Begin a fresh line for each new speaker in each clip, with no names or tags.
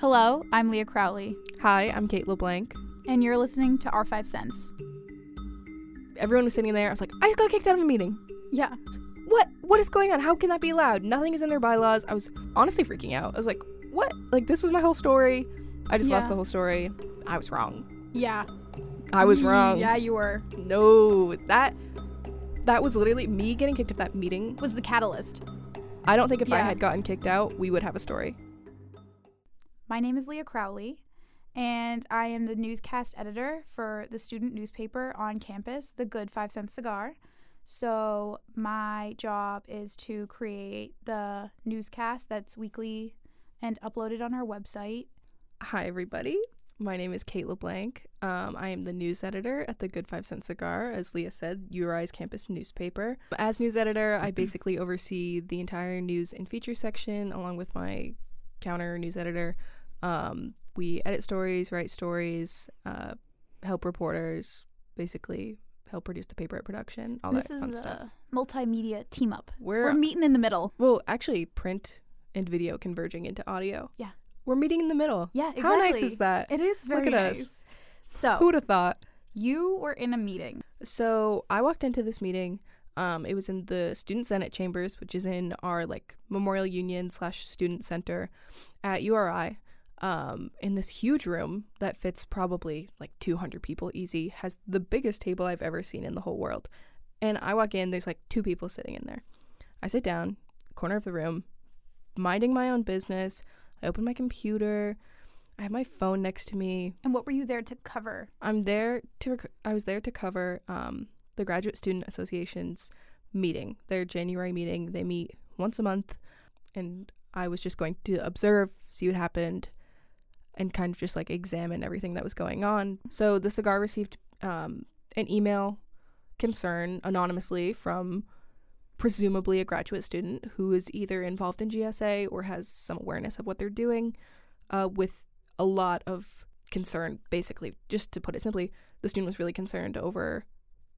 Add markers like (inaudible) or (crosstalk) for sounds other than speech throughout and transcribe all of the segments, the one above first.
Hello, I'm Leah Crowley,
Hi, I'm Kate LeBlanc.
and you're listening to Our Five Cents.
Everyone was sitting there. I was like, I just got kicked out of a meeting.
Yeah.
What? What is going on? How can that be allowed? Nothing is in their bylaws. I was honestly freaking out. I was like, what? Like, this was my whole story. I just
Yeah.
lost the whole story. I was wrong.
Yeah. (laughs)
I was wrong.
Yeah, you were.
No, that that was literally me getting kicked out of that meeting.
Was the catalyst.
I don't think if I
Yeah.
had gotten kicked out, we would have a story.
My name is Leah Crowley, and I am the newscast editor for the student newspaper on campus, The Good Five Cent Cigar. So, my job is to create the newscast that's weekly and uploaded on our website.
Hi, everybody. My name is Kate LeBlanc. Um, I am the news editor at the Good Five Cent Cigar, as Leah said, URI's campus newspaper. As news editor,
Mm-hmm.
I basically oversee the entire news and feature section along with my counter news editor. Um, we edit stories, write stories, uh, help reporters, basically help produce the paper at production, all
this
that
is
fun
a
stuff.
multimedia team up.
We're,
We're meeting in the middle.
well, actually, print and video converging into audio.
Yeah.
We're meeting in the middle.
Yeah, exactly.
How nice is that?
It is
Look
very
at us.
nice. So,
Who'd have thought?
you were in a meeting.
So I walked into this meeting. Um, it was in the student senate chambers, which is in our like memorial union slash student center at URI. Um, in this huge room that fits probably like 200 people easy, has the biggest table I've ever seen in the whole world. And I walk in, there's like two people sitting in there. I sit down, corner of the room, minding my own business. I open my computer. I have my phone next to me.
And what were you there to cover?
I'm there to rec- I was there to cover um, the Graduate Student Association's meeting, their January meeting. They meet once a month, and I was just going to observe, see what happened, and kind of just like examine everything that was going on. So the cigar received um, an email concern anonymously from presumably a graduate student who is either involved in GSA or has some awareness of what they're doing uh, with a lot of concern, basically. Just to put it simply, the student was really concerned over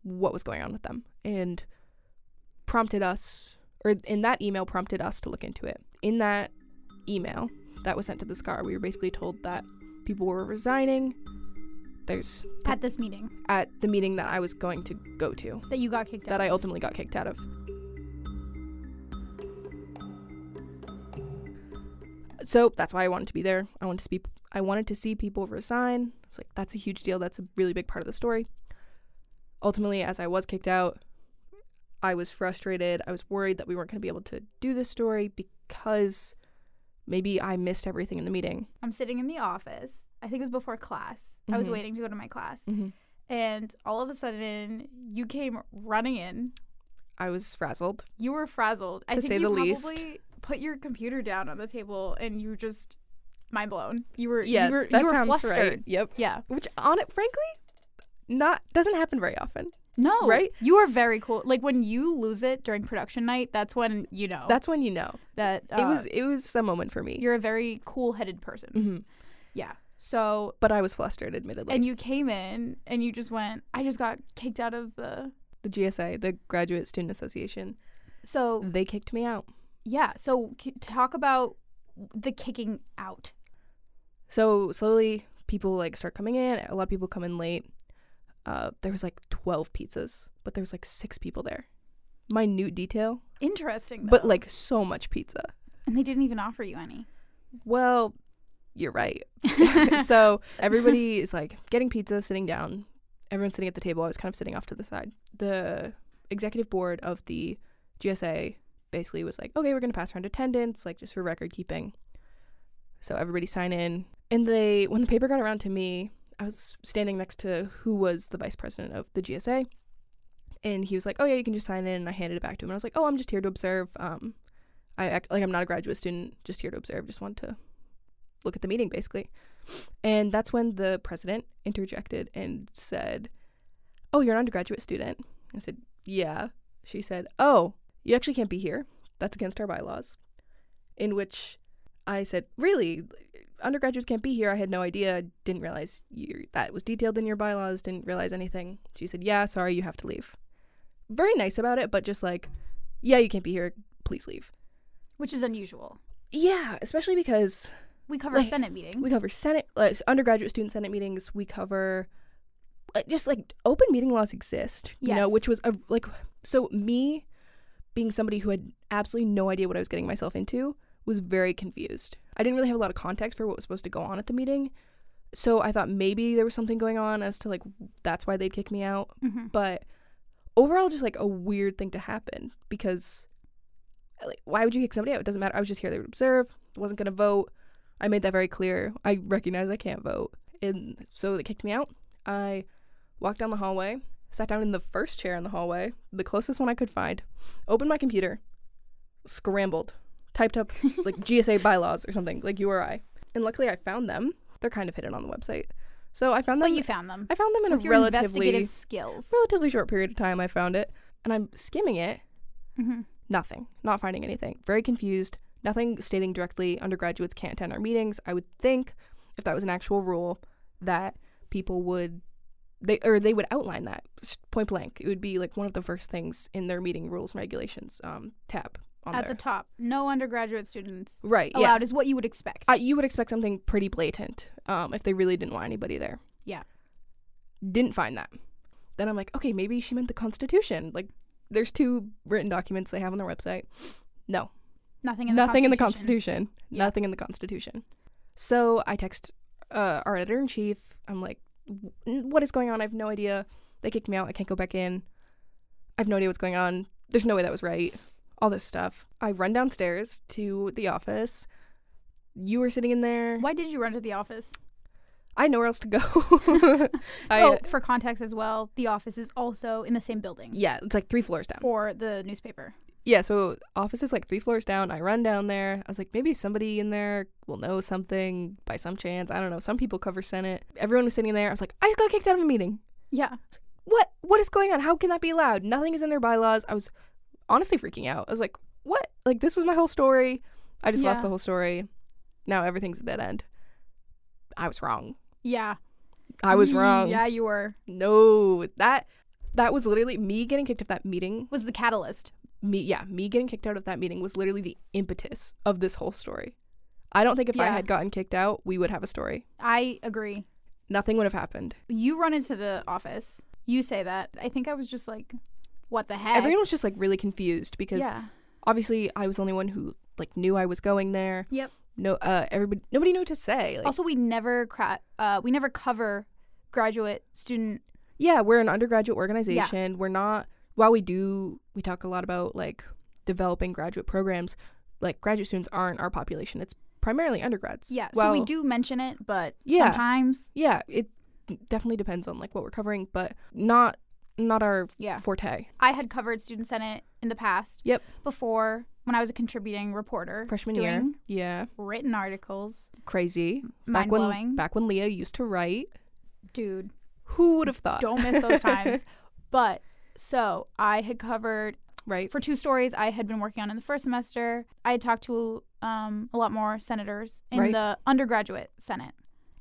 what was going on with them and prompted us, or in that email, prompted us to look into it. In that email that was sent to the SCAR, we were basically told that people were resigning. There's
At this meeting
at the meeting that I was going to go to
that you got kicked out.
that I ultimately got kicked out of. So that's why I wanted to be there. I wanted to be I wanted to see people resign. It's like that's a huge deal. That's a really big part of the story. Ultimately, as I was kicked out, I was frustrated. I was worried that we weren't going to be able to do this story because maybe I missed everything in the meeting.
I'm sitting in the office. I think it was before class. I was
Mhm.
waiting to go to my class.
Mm-hmm.
And all of a sudden, you came running in.
I was frazzled.
You were frazzled. I
To
think
say
you
the
probably
least.
put your computer down on the table and you were just mind blown. You were
Yeah,
you were,
that
you were
sounds
flustered.
right. Yep.
Yeah.
Which on it, frankly, not doesn't happen very often.
No.
Right?
You are
S-
very cool. Like when you lose it during production night, that's when you know
That's when you know.
that uh,
it was it was a moment for me.
you're a very cool-headed person.
hmm
Yeah. So
But I was flustered, admittedly.
and you came in and you just went, I just got kicked out of the.
the GSA, the Graduate Student Association,
So
they kicked me out.
yeah, so c- talk about the kicking out.
So slowly, people like start coming in. A lot of people come in late. Uh, there was like twelve pizzas, but there was like six people there. Minute detail,
Interesting,
but
though.
like so much pizza.
and they didn't even offer you any. (laughs)
Well, you're right. (laughs) so everybody is like getting pizza, sitting down. Everyone's sitting at the table. I was kind of sitting off to the side. The executive board of the GSA basically was like, okay, we're going to pass around attendance, like just for record keeping. So everybody sign in. And they, when the paper got around to me, I was standing next to who was the vice president of the GSA. And he was like, oh, yeah, you can just sign in. And I handed it back to him. And I was like, oh, I'm just here to observe. Um, I act like I'm not a graduate student, just here to observe, just want to look at the meeting basically. And that's when the president interjected and said, Oh, you're an undergraduate student. I said, Yeah. She said, Oh, you actually can't be here. That's against our bylaws. In which I said, Really? Undergraduates can't be here. I had no idea. Didn't realize you, that was detailed in your bylaws. Didn't realize anything. She said, Yeah, sorry, you have to leave. Very nice about it, but just like, Yeah, you can't be here. Please leave.
Which is unusual.
Yeah, especially because
we cover
Like,
Senate meetings.
We cover Senate, uh, s- undergraduate student Senate meetings. We cover uh, just like open meeting laws exist, you know,
Yes.
which was a, like, so me being somebody who had absolutely no idea what I was getting myself into was very confused. I didn't really have a lot of context for what was supposed to go on at the meeting. So I thought maybe there was something going on as to like, that's why they'd kick me out.
hmm
But overall, just like a weird thing to happen because uh, like, why would you kick somebody out? It doesn't matter. I was just here to observe. wasn't gonna vote. I made that very clear. I recognize I can't vote, and so they kicked me out. I walked down the hallway, sat down in the first chair in the hallway, the closest one I could find. Opened my computer, scrambled, typed up (laughs) like GSA bylaws or something like URI, and luckily I found them. They're kind of hidden on the website, so I found
(laughs)
them.
But you found them.
I found them in
With
a
your
relatively
investigative skills.
relatively short period of time I found it and I'm skimming it
hmm
nothing not finding anything very confused nothing stating directly undergraduates can't attend our meetings I would think if that was an actual rule that people would they or they would outline that s- point blank it would be like one of the first things in their meeting rules and regulations um tab on
At Oh,
there
the top, no undergraduate students
right yeah
allowed is what you would expect.
uh, you would expect something pretty blatant um, if they really didn't want anybody there.
Yeah.
Didn't find that. Then I'm like, okay, maybe she meant the Constitution. Like, there's two written documents they have on their website. No,
nothing in the
nothing in the
Constitution.
Constitution.
Yeah.
Nothing in the Constitution. So I text uh, our editor in chief. I'm like, "W- what is going on? I have no idea. They kicked me out. I can't go back in. I have no idea what's going on. There's no way that was right. All this stuff. I run downstairs to the office. You were sitting in there.
Why did you run to the office?
I had nowhere else to
(laughs)
go. I,
oh, for context as well, the office is also in the same building
Yeah, it's like three floors down.
for the newspaper.
Yeah, so office is like three floors down. I run down there. I was like, maybe somebody in there will know something by some chance. I don't know. Some people cover Senate. Everyone was sitting there. I was like, I just got kicked out of a meeting.
Yeah.
What? What is going on? How can that be allowed? Nothing is in their bylaws. I was honestly freaking out. I was like, what? Like this was my whole story. I just lost
Yeah.
the whole story. Now everything's a dead end. I was wrong.
Yeah.
I was wrong.
(laughs) Yeah, you were.
No, that that was literally me getting kicked out of that meeting.
Was the catalyst.
Me, yeah, me getting kicked out of that meeting was literally the impetus of this whole story. I don't think if I
Yeah.
had gotten kicked out, we would have a story.
I agree.
Nothing would have happened.
You run into the office. You say that. I think I was just like, what the heck?
Everyone was just like really confused because
yeah.
obviously I was the only one who like knew I was going there.
Yep.
No, uh, everybody, nobody knew what to say. Like,
Also, we never cra- uh, we never cover graduate student.
yeah, we're an undergraduate organization. We're not, while we do, we talk a lot about like developing graduate programs, like graduate students aren't our population. It's primarily undergrads.
Yeah, so
Well,
we do mention it, but
Yeah.
sometimes
Yeah, it definitely depends on like what we're covering, but not not our
yeah.
forte.
I had covered student senate in the past.
Yep.
Before when I was a contributing reporter,
Freshman year.
doing
Yeah,
written articles,
crazy.
mind
back when
blowing,
back when Leah used to write,
dude.
who would have thought?
Don't miss
(laughs)
those times. But so I had covered
right.
for two stories I had been working on in the first semester. I had talked to um, a lot more senators in
Right.
the undergraduate Senate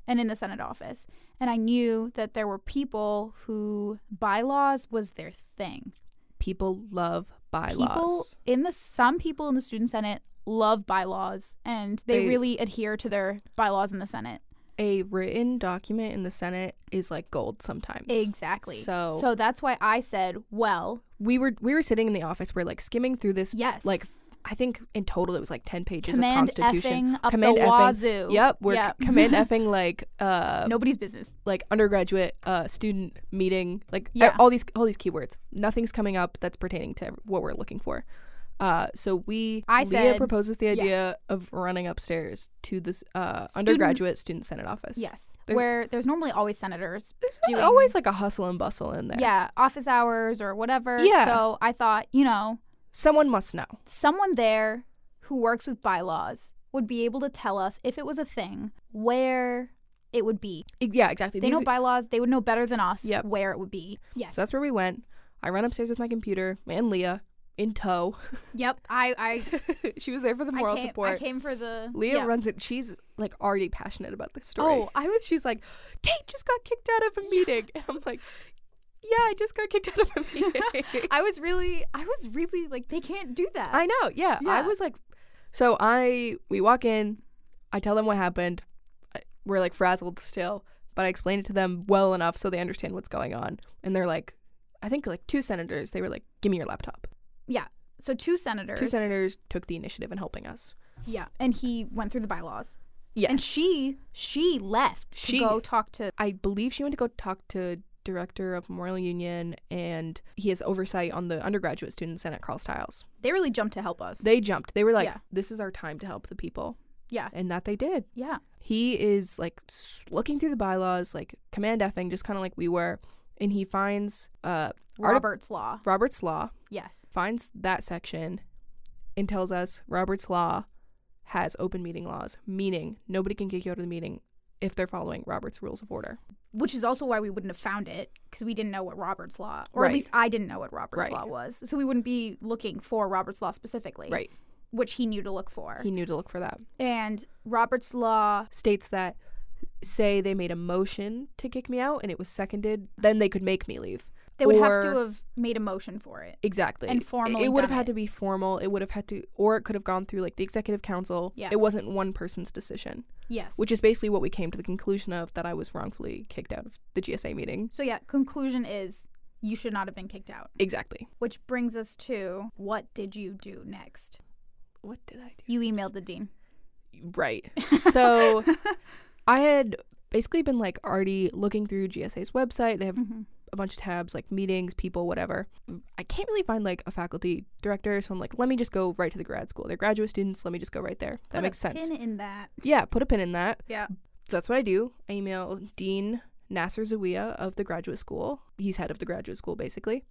and in the Senate office. And I knew that there were people who bylaws was their thing.
People love bylaws.
People in the some people in the student Senate love bylaws and they,
They-
really adhere to their bylaws in the Senate.
A written document in the Senate is like gold sometimes.
Exactly.
So-
so that's why I said, well,
we were we were sitting in the office. We're like skimming through this.
yes.
Like I think in total it was like ten pages
command
of Constitution.
effing up
Command
the
effing.
wazoo.
Yep, we're
Yeah.
c-
(laughs)
command effing like uh
Nobody's business.
like undergraduate uh, student meeting, like e-
Yeah.
all these all these keywords. Nothing's coming up that's pertaining to what we're looking for. Uh, so we
I
Leah
said-
proposes the
yeah.
idea of running upstairs to this uh,
Student-
undergraduate student senate office.
Yes.
There's-
where there's normally always senators.
there's
doing-
always like a hustle and bustle in there.
Yeah, office hours or whatever.
Yeah.
So I thought, you know,
someone must know.
someone there who works with bylaws would be able to tell us if it was a thing, where it would be.
E- Yeah, exactly.
They
These-
know bylaws, they would know better than us
Yep.
where it would be. Yes.
so that's where we went. I ran upstairs with my computer and Leah in tow. (laughs)
yep. I I,
she was there for the
I,
moral
came,
support.
I came for the
Leah
yeah.
runs it. She's like already passionate about this story.
Oh, I was
she's like, Kate just got kicked out of a meeting. (laughs) And I'm like, yeah, I just got kicked out of
(laughs)
a meeting. (laughs)
I was really I was really like they can't do that.
I know. Yeah, I
Yeah.
was like, so I, we walk in, I tell them what happened. I- We're like frazzled still, but I explained it to them well enough so they understand what's going on. And they're like, I think like two senators, they were like, give me your laptop.
So two senators.
Two senators took the initiative in helping us.
Yeah, and he went through the bylaws.
Yes.
And she she left to
She-
go talk to
I believe she went to go talk to director of Memorial Union and he has oversight on the undergraduate student senate Carl Stiles.
they really jumped to help us.
They jumped. They were like,
Yeah.
this is our time to help the people.
Yeah.
And that they did.
yeah.
He is like s- looking through the bylaws, like command effing, just kind of like we were. And he finds uh, Arti-
Robert's law.
Robert's Law,
Yes.
finds that section, and tells us Robert's Law has open meeting laws, meaning nobody can kick you out of the meeting if they're following Robert's rules of order.
Which is also why we wouldn't have found it because we didn't know what Robert's law or
Right.
at least I didn't know what Robert's
Right.
law was. So we wouldn't be looking for Robert's law specifically.
Right.
Which he knew to look for.
He knew to look for that.
and Robert's law
States that say they made a motion to kick me out and it was seconded, then they could make me leave.
they would
Or-
have to have made a motion for it.
Exactly.
And
It-
formally
It would have
done
had
it.
to be formal. It would have had to, or it could have gone through like the executive council.
Yeah.
It wasn't one person's decision,
Yes.
which is basically what we came to the conclusion of that I was wrongfully kicked out of the GSA meeting.
so yeah, conclusion is you should not have been kicked out.
Exactly.
Which brings us to what did you do next?
What did I
You emailed the dean.
do?
(laughs)
Right. So I had basically been like already looking through GSA's website. They have
Mhm.
a bunch of tabs like meetings, people, whatever. I can't really find like a faculty director, so I'm like, let me just go right to the grad school. They're graduate students. Let me just go right there. That
Put
makes
a
sense.
Pin in that.
Yeah, put a pin in that.
Yeah.
So that's what I do. I email Dean Nasser Zawiya of the graduate school. He's head of the graduate school, basically.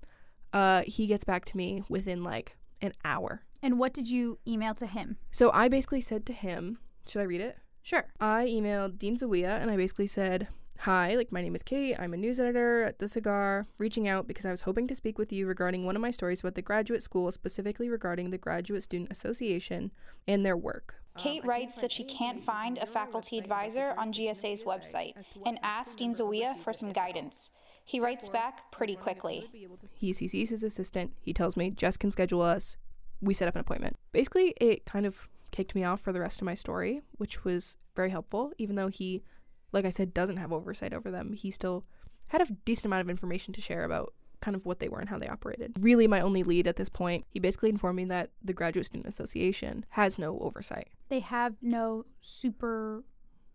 Uh, he gets back to me within like an hour.
And what did you email to him?
So I basically said to him, should I read it?
Sure.
I emailed Dean Zawiya and I basically said, Hi, like my name is Kate. I'm a news editor at The Cigar, reaching out because I was hoping to speak with you regarding one of my stories about the graduate school, specifically regarding the Graduate Student Association and their work. Um,
Kate writes that she can't find a faculty advisor on GSA's website and asks Dean Zawia for some guidance. He writes back pretty quickly.
He CCs his assistant. He tells me Jess can schedule us. We set up an appointment. Basically, it kind of kicked me off for the rest of my story, which was very helpful. Even though he, like I said, doesn't have oversight over them, he still had a decent amount of information to share about kind of what they were and how they operated. Really, my only lead at this point, he basically informed me that the Graduate Student Association has no oversight.
They have no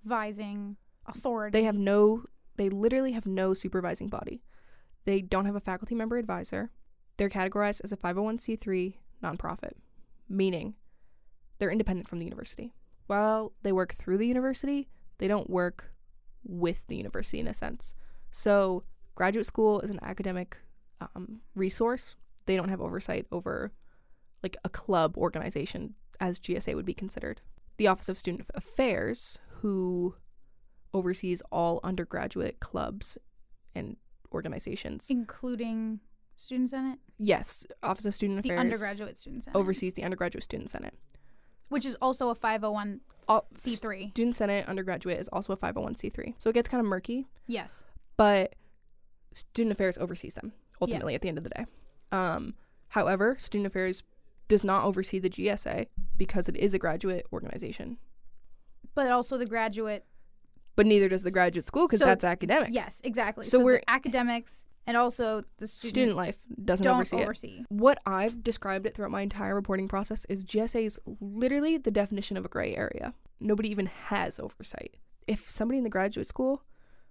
supervising authority.
They have no, they literally have no supervising body. They don't have a faculty member advisor. They're categorized as a 501c3 nonprofit, meaning they're independent from the university. While they work through the university, they don't work with the university in a sense. So, graduate school is an academic um, resource. They don't have oversight over like a club organization as GSA would be considered. The Office of Student Affairs, who oversees all undergraduate clubs and organizations.
including Student Senate,
Yes, Office of Student
the
Affairs
undergraduate Student Senate,
oversees the undergraduate student senate.
which is also a 501c3.
All student senate undergraduate is also a 501c3. So it gets kind of murky,
Yes.
but student affairs oversees them ultimately
Yes.
at the end of the day. Um, however, student affairs does not oversee the GSA because it is a graduate organization.
But also the graduate.
But neither does the graduate school because
So-
that's academic.
Yes, exactly.
So
the
we're-
academics and also the student,
Student life doesn't
don't
oversee it. what I've described it throughout my entire reporting process is GSA is literally the definition of a gray area. Nobody even has oversight. If somebody in the graduate school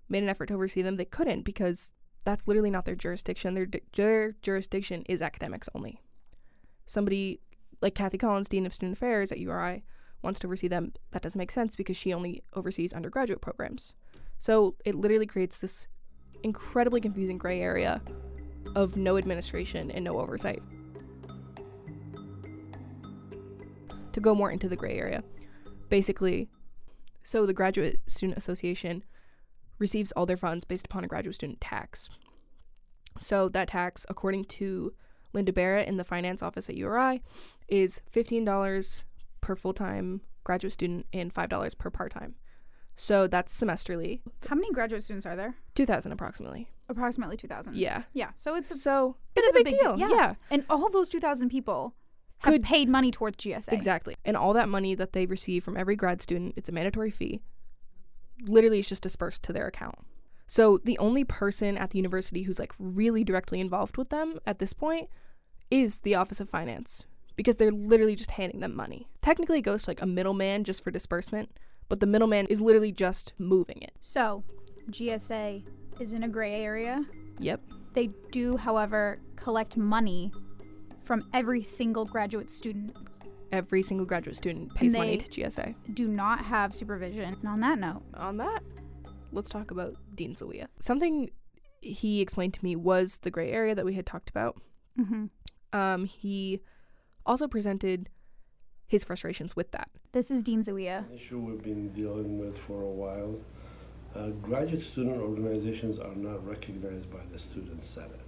made an effort to oversee them, they couldn't because that's literally not their jurisdiction. Their, their jurisdiction is academics only. Somebody like Kathy Collins, Dean of Student Affairs at URI, wants to oversee them. That doesn't make sense because she only oversees undergraduate programs. So it literally creates this incredibly confusing gray area of no administration and no oversight. To go more into the gray area, basically, so the Graduate Student Association receives all their funds based upon a graduate student tax. So that tax, according to Linda Barrett in the finance office at URI, is $15 per full time graduate student and $5 per part time. So that's semesterly,
How many graduate students are there?
2000 approximately.
Approximately 2,000.
Yeah.
Yeah. So it's a
So
bit
it's a
of a
big,
big
deal.
deal. Yeah.
yeah.
And all those 2,000 people could
could-
paid money towards GSA.
Exactly. And all that money that they receive from every grad student, it's a mandatory fee. Literally, it's just dispersed to their account. So the only person at the university who's like really directly involved with them at this point is the Office of Finance because they're literally just handing them money. Technically, it goes to like a middleman just for disbursement, but the middleman is literally just moving it.
So, GSA is in a gray area.
Yep.
They do, however, collect money from every single graduate student.
Every single graduate student pays money
they-
to GSA.
Do not have supervision. And on that note,
on that, let's talk about Dean Zawiya. Something he explained to me was the gray area that we had talked about.
mhm,
Um, he also presented his frustrations with that.
this is Dean Zawiya.
issue we've been dealing with for a while. Uh, graduate student organizations are not recognized by the student senate,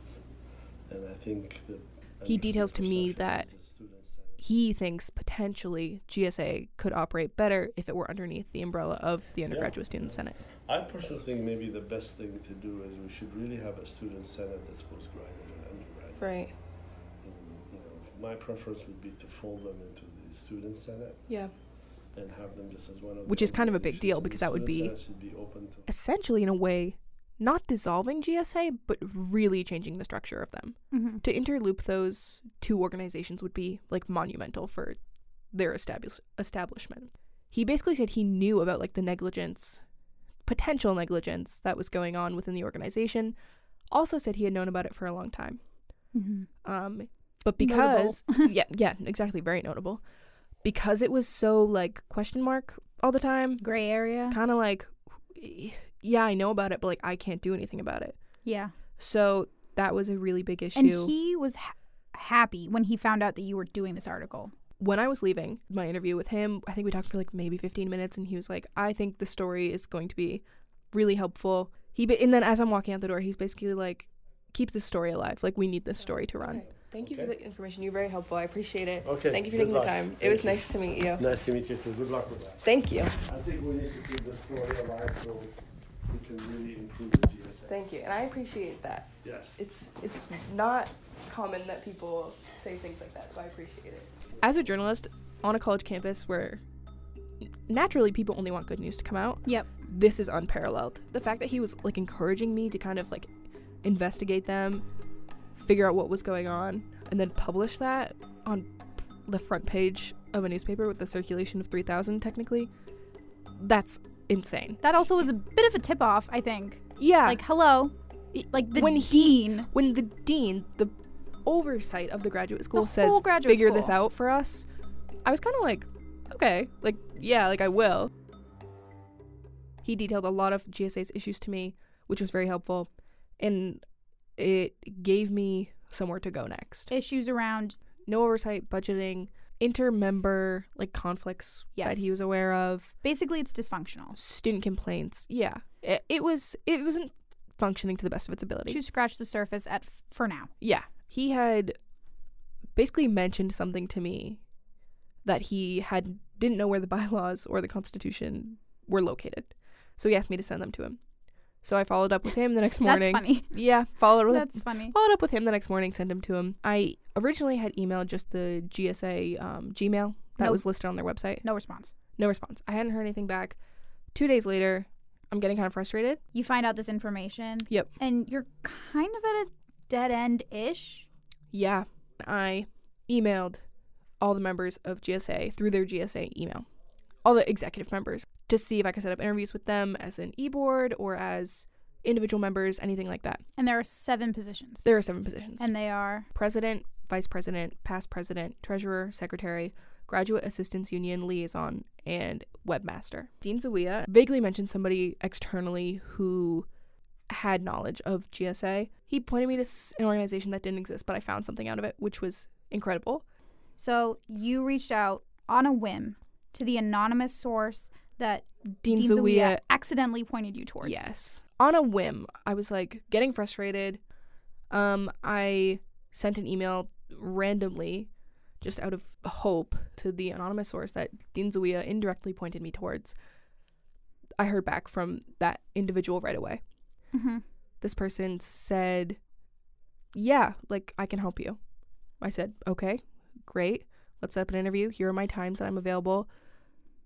and I think that
He details to me
perception
that-
is the student senate
He thinks potentially GSA could operate better if it were underneath the umbrella of the Undergraduate Student Senate.
I personally think maybe the best thing to do is we should really have a student senate that's postgraduate and undergraduate.
Right.
And, you know, my preference would be to fold them into the student senate
Yeah.
and have them just as one of. the
Which is kind of a big
organizations,
deal
and the
because that would
student
be-
senate should be open to
Essentially, in a way, not dissolving GSA, but really changing the structure of them.
Mhm.
To interloop those two organizations would be like monumental for their establish- establishment. He basically said he knew about like the negligence, potential negligence that was going on within the organization. Also said he had known about it for a long time.
Mhm.
Um, but because yeah, yeah, exactly, very notable. Because it was so like question mark all the time,
Gray area.
kind of like yeah, I know about it, but like I can't do anything about it.
Yeah.
So that was a really big issue.
And he was ha- happy when he found out that you were doing this article.
when I was leaving my interview with him, I think we talked for like maybe 15 minutes, and he was like, I think the story is going to be really helpful. He ba- And then as I'm walking out the door, he's basically like, keep this story alive. Like, we need this story to run. Thank
you for Okay.
the information. You're very helpful. I appreciate it.
Okay, Thank you for good taking the luck. time. It Thank was you. nice
to meet you.
it. Nice to meet you too. Good luck with that.
Thank you.
I think we need to keep the story alive so we can really improve the GSA.
Thank you. And I appreciate that.
Yes.
It's it's not common that people say things like that, so I appreciate it. As a journalist on a college campus where naturally people only want good news to come out,
Yep.
this is unparalleled. The fact that he was like encouraging me to kind of like investigate them, figure out what was going on, and then publish that on the front page of a newspaper with a circulation of 3,000 technically, that's insane.
That also was a bit of a tip off, I think.
Yeah.
Like, hello. Like the
When he-
dean.
when the dean, the oversight of the graduate school
The
says
whole graduate
figure this
school."
out for us, I was kind of like, okay, like yeah, like I will. He detailed a lot of GSA's issues to me, which was very helpful, and it gave me somewhere to go next.
issues around
No oversight, budgeting, inter-member like conflicts that he
Yes.
was aware of,
basically it's dysfunctional.
student complaints. Yeah, it, it was it wasn't functioning to the best of its ability.
To scratch the surface at f- for now.
Yeah. He had basically mentioned something to me that he had didn't know where the (laughs) bylaws or the constitution were located. So he asked me to send them to him. So I followed up with him the next morning.
That's
(laughs)
funny.
Yeah, followed with
That's funny.
followed up with him the next morning, sent him to him. I originally had emailed just the GSA um, Gmail that
Nope.
was listed on their website.
No response.
No response. I hadn't heard anything back. 2 days later, I'm getting kind of frustrated.
You find out this information.
Yep.
And you're kind of at a dead end ish.
Yeah. I emailed all the members of GSA through their GSA email, all the executive members, to see if I could set up interviews with them as an e board or as individual members, anything like that.
And there are seven positions.
There are seven positions
And they are
president, vice president, past president, treasurer, secretary, graduate assistance union liaison, and webmaster. Dean Zawiya vaguely mentioned somebody externally who had knowledge of GSA. He pointed me to s- an organization that didn't exist, but I found something out of it, which was incredible.
so you reached out on a whim to the anonymous source that
Dean,
Dean
Zawiya.
Zawiya accidentally pointed you towards.
Yes. On a whim, I was like getting frustrated. Um, I sent an email randomly, just out of hope, to the anonymous source that Dean Zawiya indirectly pointed me towards. I heard back from that individual right away.
hmm
This person said, Yeah, like I can help you. I said, Okay, great. Let's set up an interview. Here are my times that I'm available.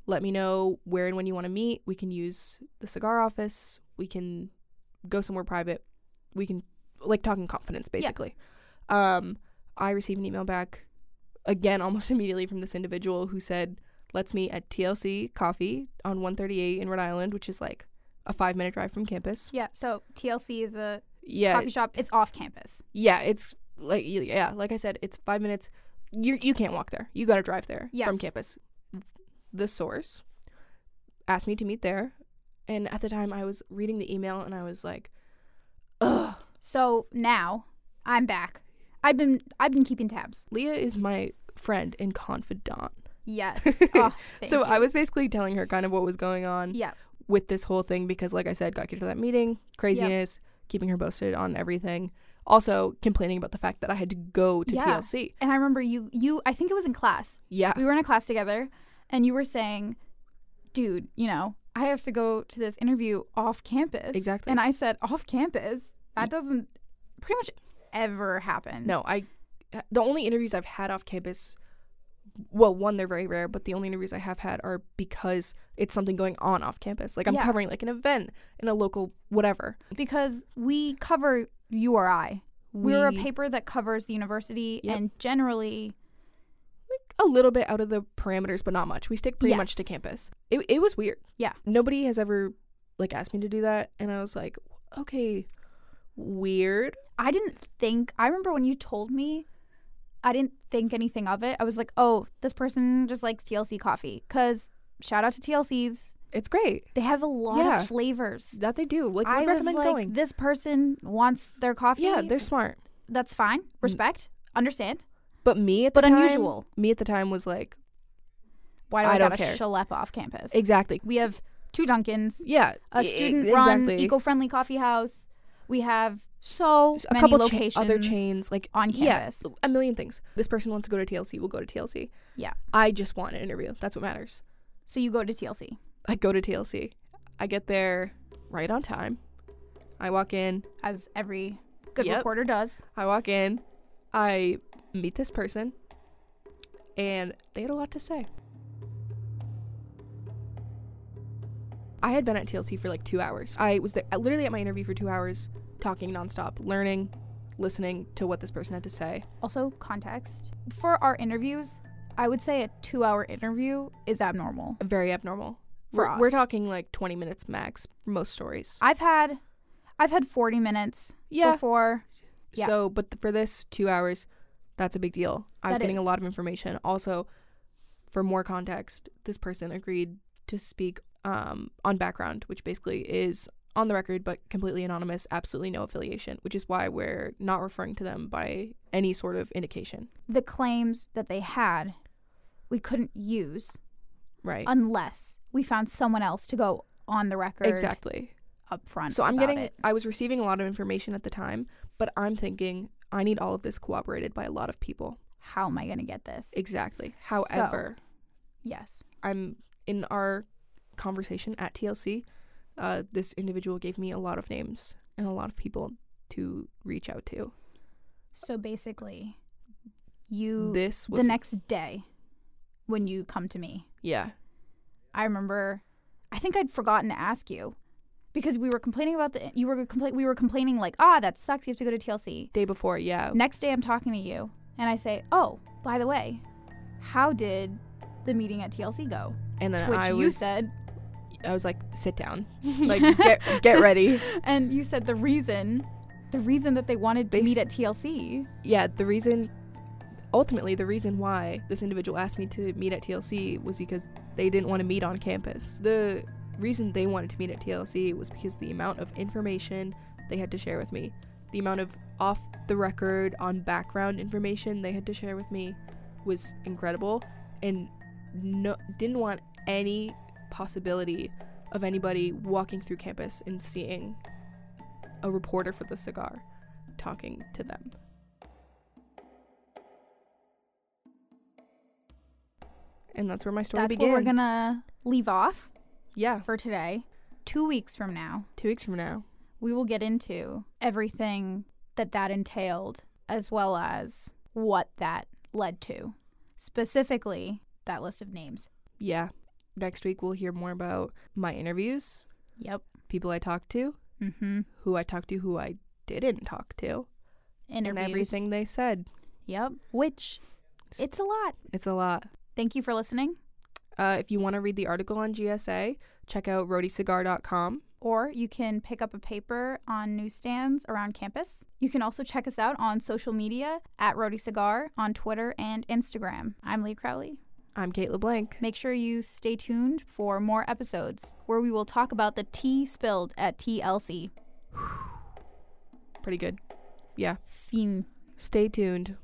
Let me know where and when you want to meet. We can use the cigar office. We can go somewhere private. We can like talking confidence basically. Um, I received an email back again (laughs) almost immediately from this individual who said, "Let's meet at TLC Coffee on 138 in Rhode Island, which is like a five minute drive from campus."
Yeah. So TLC is a
Yeah,
coffee shop. It's off campus.
yeah, it's like yeah, like I said, it's five minutes. You you can't walk there. You gotta drive there from
Yes.
campus. The source asked me to meet there, and at the time I was reading the email and I was like, "Ugh,
So now I'm back. I've been I've been keeping tabs.
Leah is my friend and confidant." (laughs)
Yes. Oh, thank
so
you.
I was basically telling her kind of what was going on
Yeah.
with this whole thing because, like I said, got kicked out of that meeting, craziness, keeping her posted on everything. Also, complaining about the fact that I had to go to
Yeah.
TLC.
And I remember you you I think it was in class.
Yeah.
We were in a class together and you were saying, "Dude, you know, I have to go to this interview off campus."
Exactly.
And I said, "Off campus? That doesn't pretty much ever happen."
No, I. The only interviews I've had off campus, well, one they're very rare, but the only interviews I have had are because it's something going on off campus. Like I'm
Yeah.
covering like an event in a local whatever.
Because we cover URI. We, are a
We-
paper that covers the university
Yep.
and generally
a little bit out of the parameters, but not much. We stick pretty much
Yes.
to campus. It, it was weird.
Yeah.
Nobody has ever like asked me to do that, and I was like, okay, weird.
I didn't think. I remember when you told me, I didn't think anything of it. I was like, oh, this person just likes TLC coffee. Because shout out to TLCs,
It's great
they have a lot
Yeah.
of flavors.
that they do. Like
I
we
was
recommend
like,
going.
this person wants their coffee.
yeah, they're Mm. smart.
that's fine. Respect, understand.
But me at the
But
time,
unusual.
Me at the time was like
Why do I,
I don't
gotta
care.
schlep off campus?
exactly.
we have two Dunkins,
Yeah,
a
e-
student-run, eco-friendly coffee house. We have so
a
many
couple cha-
locations
other chains like
on
yeah,
campus.
a million things. This person wants to go to TLC, we'll go to TLC.
Yeah.
I just want an interview. That's what matters.
So you go to TLC.
I go to TLC. I get there right on time. I walk in.
as every good
Yep.
reporter does.
I walk in. I meet this person. And they had a lot to say. I had been at TLC for like two hours. I was there, literally at my interview for two hours, talking nonstop, learning, listening to what this person had to say.
Also, context for our interviews, I would say a two hour interview is abnormal.
Very abnormal.
For
we're, we're
us.
talking like 20 minutes max, for most stories.
I've had. I've had 40 minutes
yeah.
before. Yeah.
So, but th- for this two hours, that's a big deal. I was
That
getting a
is.
lot of information. Also, for more context, this person agreed to speak um, on background, which basically is on the record but completely anonymous, absolutely no affiliation, which is why we're not referring to them by any sort of indication.
The claims that they had, we couldn't use
Right.
unless we found someone else to go on the record
exactly.
up front.
So I'm
about
getting,
it.
I was receiving a lot of information at the time, but I'm thinking I need all of this corroborated by a lot of people.
How am I going to get this?
Exactly.
So-
However,
yes.
I'm in our conversation at TLC. Uh, this individual gave me a lot of names and a lot of people to reach out to.
So basically, you
this was
the next day when you come to me,
yeah,
I remember I think I'd forgotten to ask you because we were complaining about the you were compla- we were complaining like ah that sucks you have to go to TLC.
day before. Yeah,
Next day I'm talking to you and I say, "Oh, by the way, how did the meeting at TLC go?"
and
To
then
which
I
you
was
said (laughs)
I was like, sit down, like get get ready.
and you said the reason the reason that they wanted to
They
meet
s-
at TLC.
Yeah, the reason, ultimately, the reason why this individual asked me to meet at TLC was because they didn't want to meet on campus. The reason they wanted to meet at TLC was because the amount of information they had to share with me, the amount of off the record, on background information they had to share with me was incredible and no, didn't want any possibility of anybody walking through campus and seeing a reporter for the cigar talking to them. And that's where my story
That's
began.
where we're going to leave off
yeah,
for today. 2 weeks from now,
two weeks from now.
we will get into everything that that entailed as well as what that led to specifically that list of names.
Yeah. Next week, we'll hear more about my interviews,
Yep.
people I talked to,
Mm-hmm.
who I talked to, who I didn't talk to,
Interviews.
and everything they said.
Yep. Which
S-
it's a lot.
It's a lot.
Thank you for listening.
Uh, if you want to read the article on GSA, check out roadieCigar.com.
Or you can pick up a paper on newsstands around campus. You can also check us out on social media at Rody Cigar on Twitter and Instagram. I'm Leah Crowley.
I'm Kate LeBlanc.
Make sure you stay tuned for more episodes where we will talk about the tea spilled at TLC.
Pretty good. Yeah.
Fiend.
Stay tuned.